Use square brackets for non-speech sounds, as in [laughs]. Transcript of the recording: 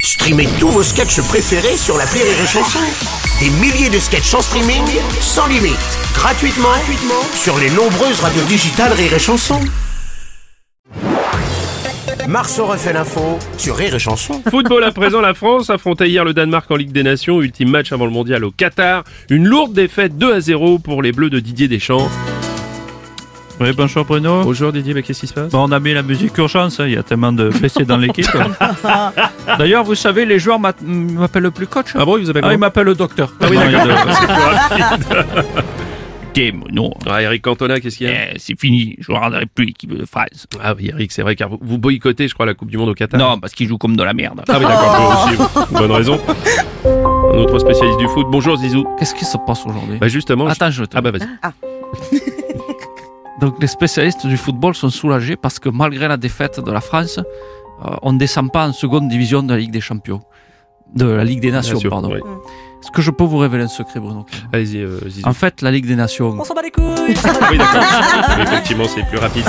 Streamez tous vos sketchs préférés sur la Rire et Chanson. Des milliers de sketchs en streaming, sans limite, gratuitement, gratuitement sur les nombreuses radios digitales Rire et Chanson. Marceau refait l'info sur Rire et Chanson. Football à présent, la France affrontait hier le Danemark en Ligue des Nations, ultime match avant le mondial au Qatar. Une lourde défaite 2 à 0 pour les Bleus de Didier Deschamps. Oui, bonjour Bruno. Bonjour Didier, mais qu'est-ce qui se passe Bon, on a mis la musique urgence, hein, il y a tellement de blessés dans l'équipe. D'ailleurs, vous savez, les joueurs m'att- m'appellent plus coach. Ah bon, il vous appelle Ah, comment ils m'appellent le docteur. oui, Non, il y a d'accord. de- C'est quoi Écoutez, Bruno, Ah, Eric Cantona, qu'est-ce qu'il y a eh, c'est fini, je ne regarderai plus l'équipe de France. Ah oui, Eric, c'est vrai, car vous- vous boycottez, je crois, la Coupe du Monde au Qatar. Non, parce qu'ils jouent comme de la merde. Ah oui, d'accord, [laughs] vous aussi, vous. bonne raison. Un autre spécialiste du foot. Bonjour Zizou. Qu'est-ce qui se passe aujourd'hui Bah justement, je- Attends, je Ah. te- ah bah vas-y. Donc les spécialistes du football sont soulagés parce que malgré la défaite de la France, euh, on ne descend pas en seconde division de la Ligue des Champions. De la Ligue des Nations, Bien sûr, pardon. Ah. oui. Est-ce que je peux vous révéler un secret, Bruno Allez-y, euh, Zizou. En fait, la Ligue des Nations, On s'en bat les couilles [laughs] Ah oui, d'accord. Effectivement, c'est plus rapide.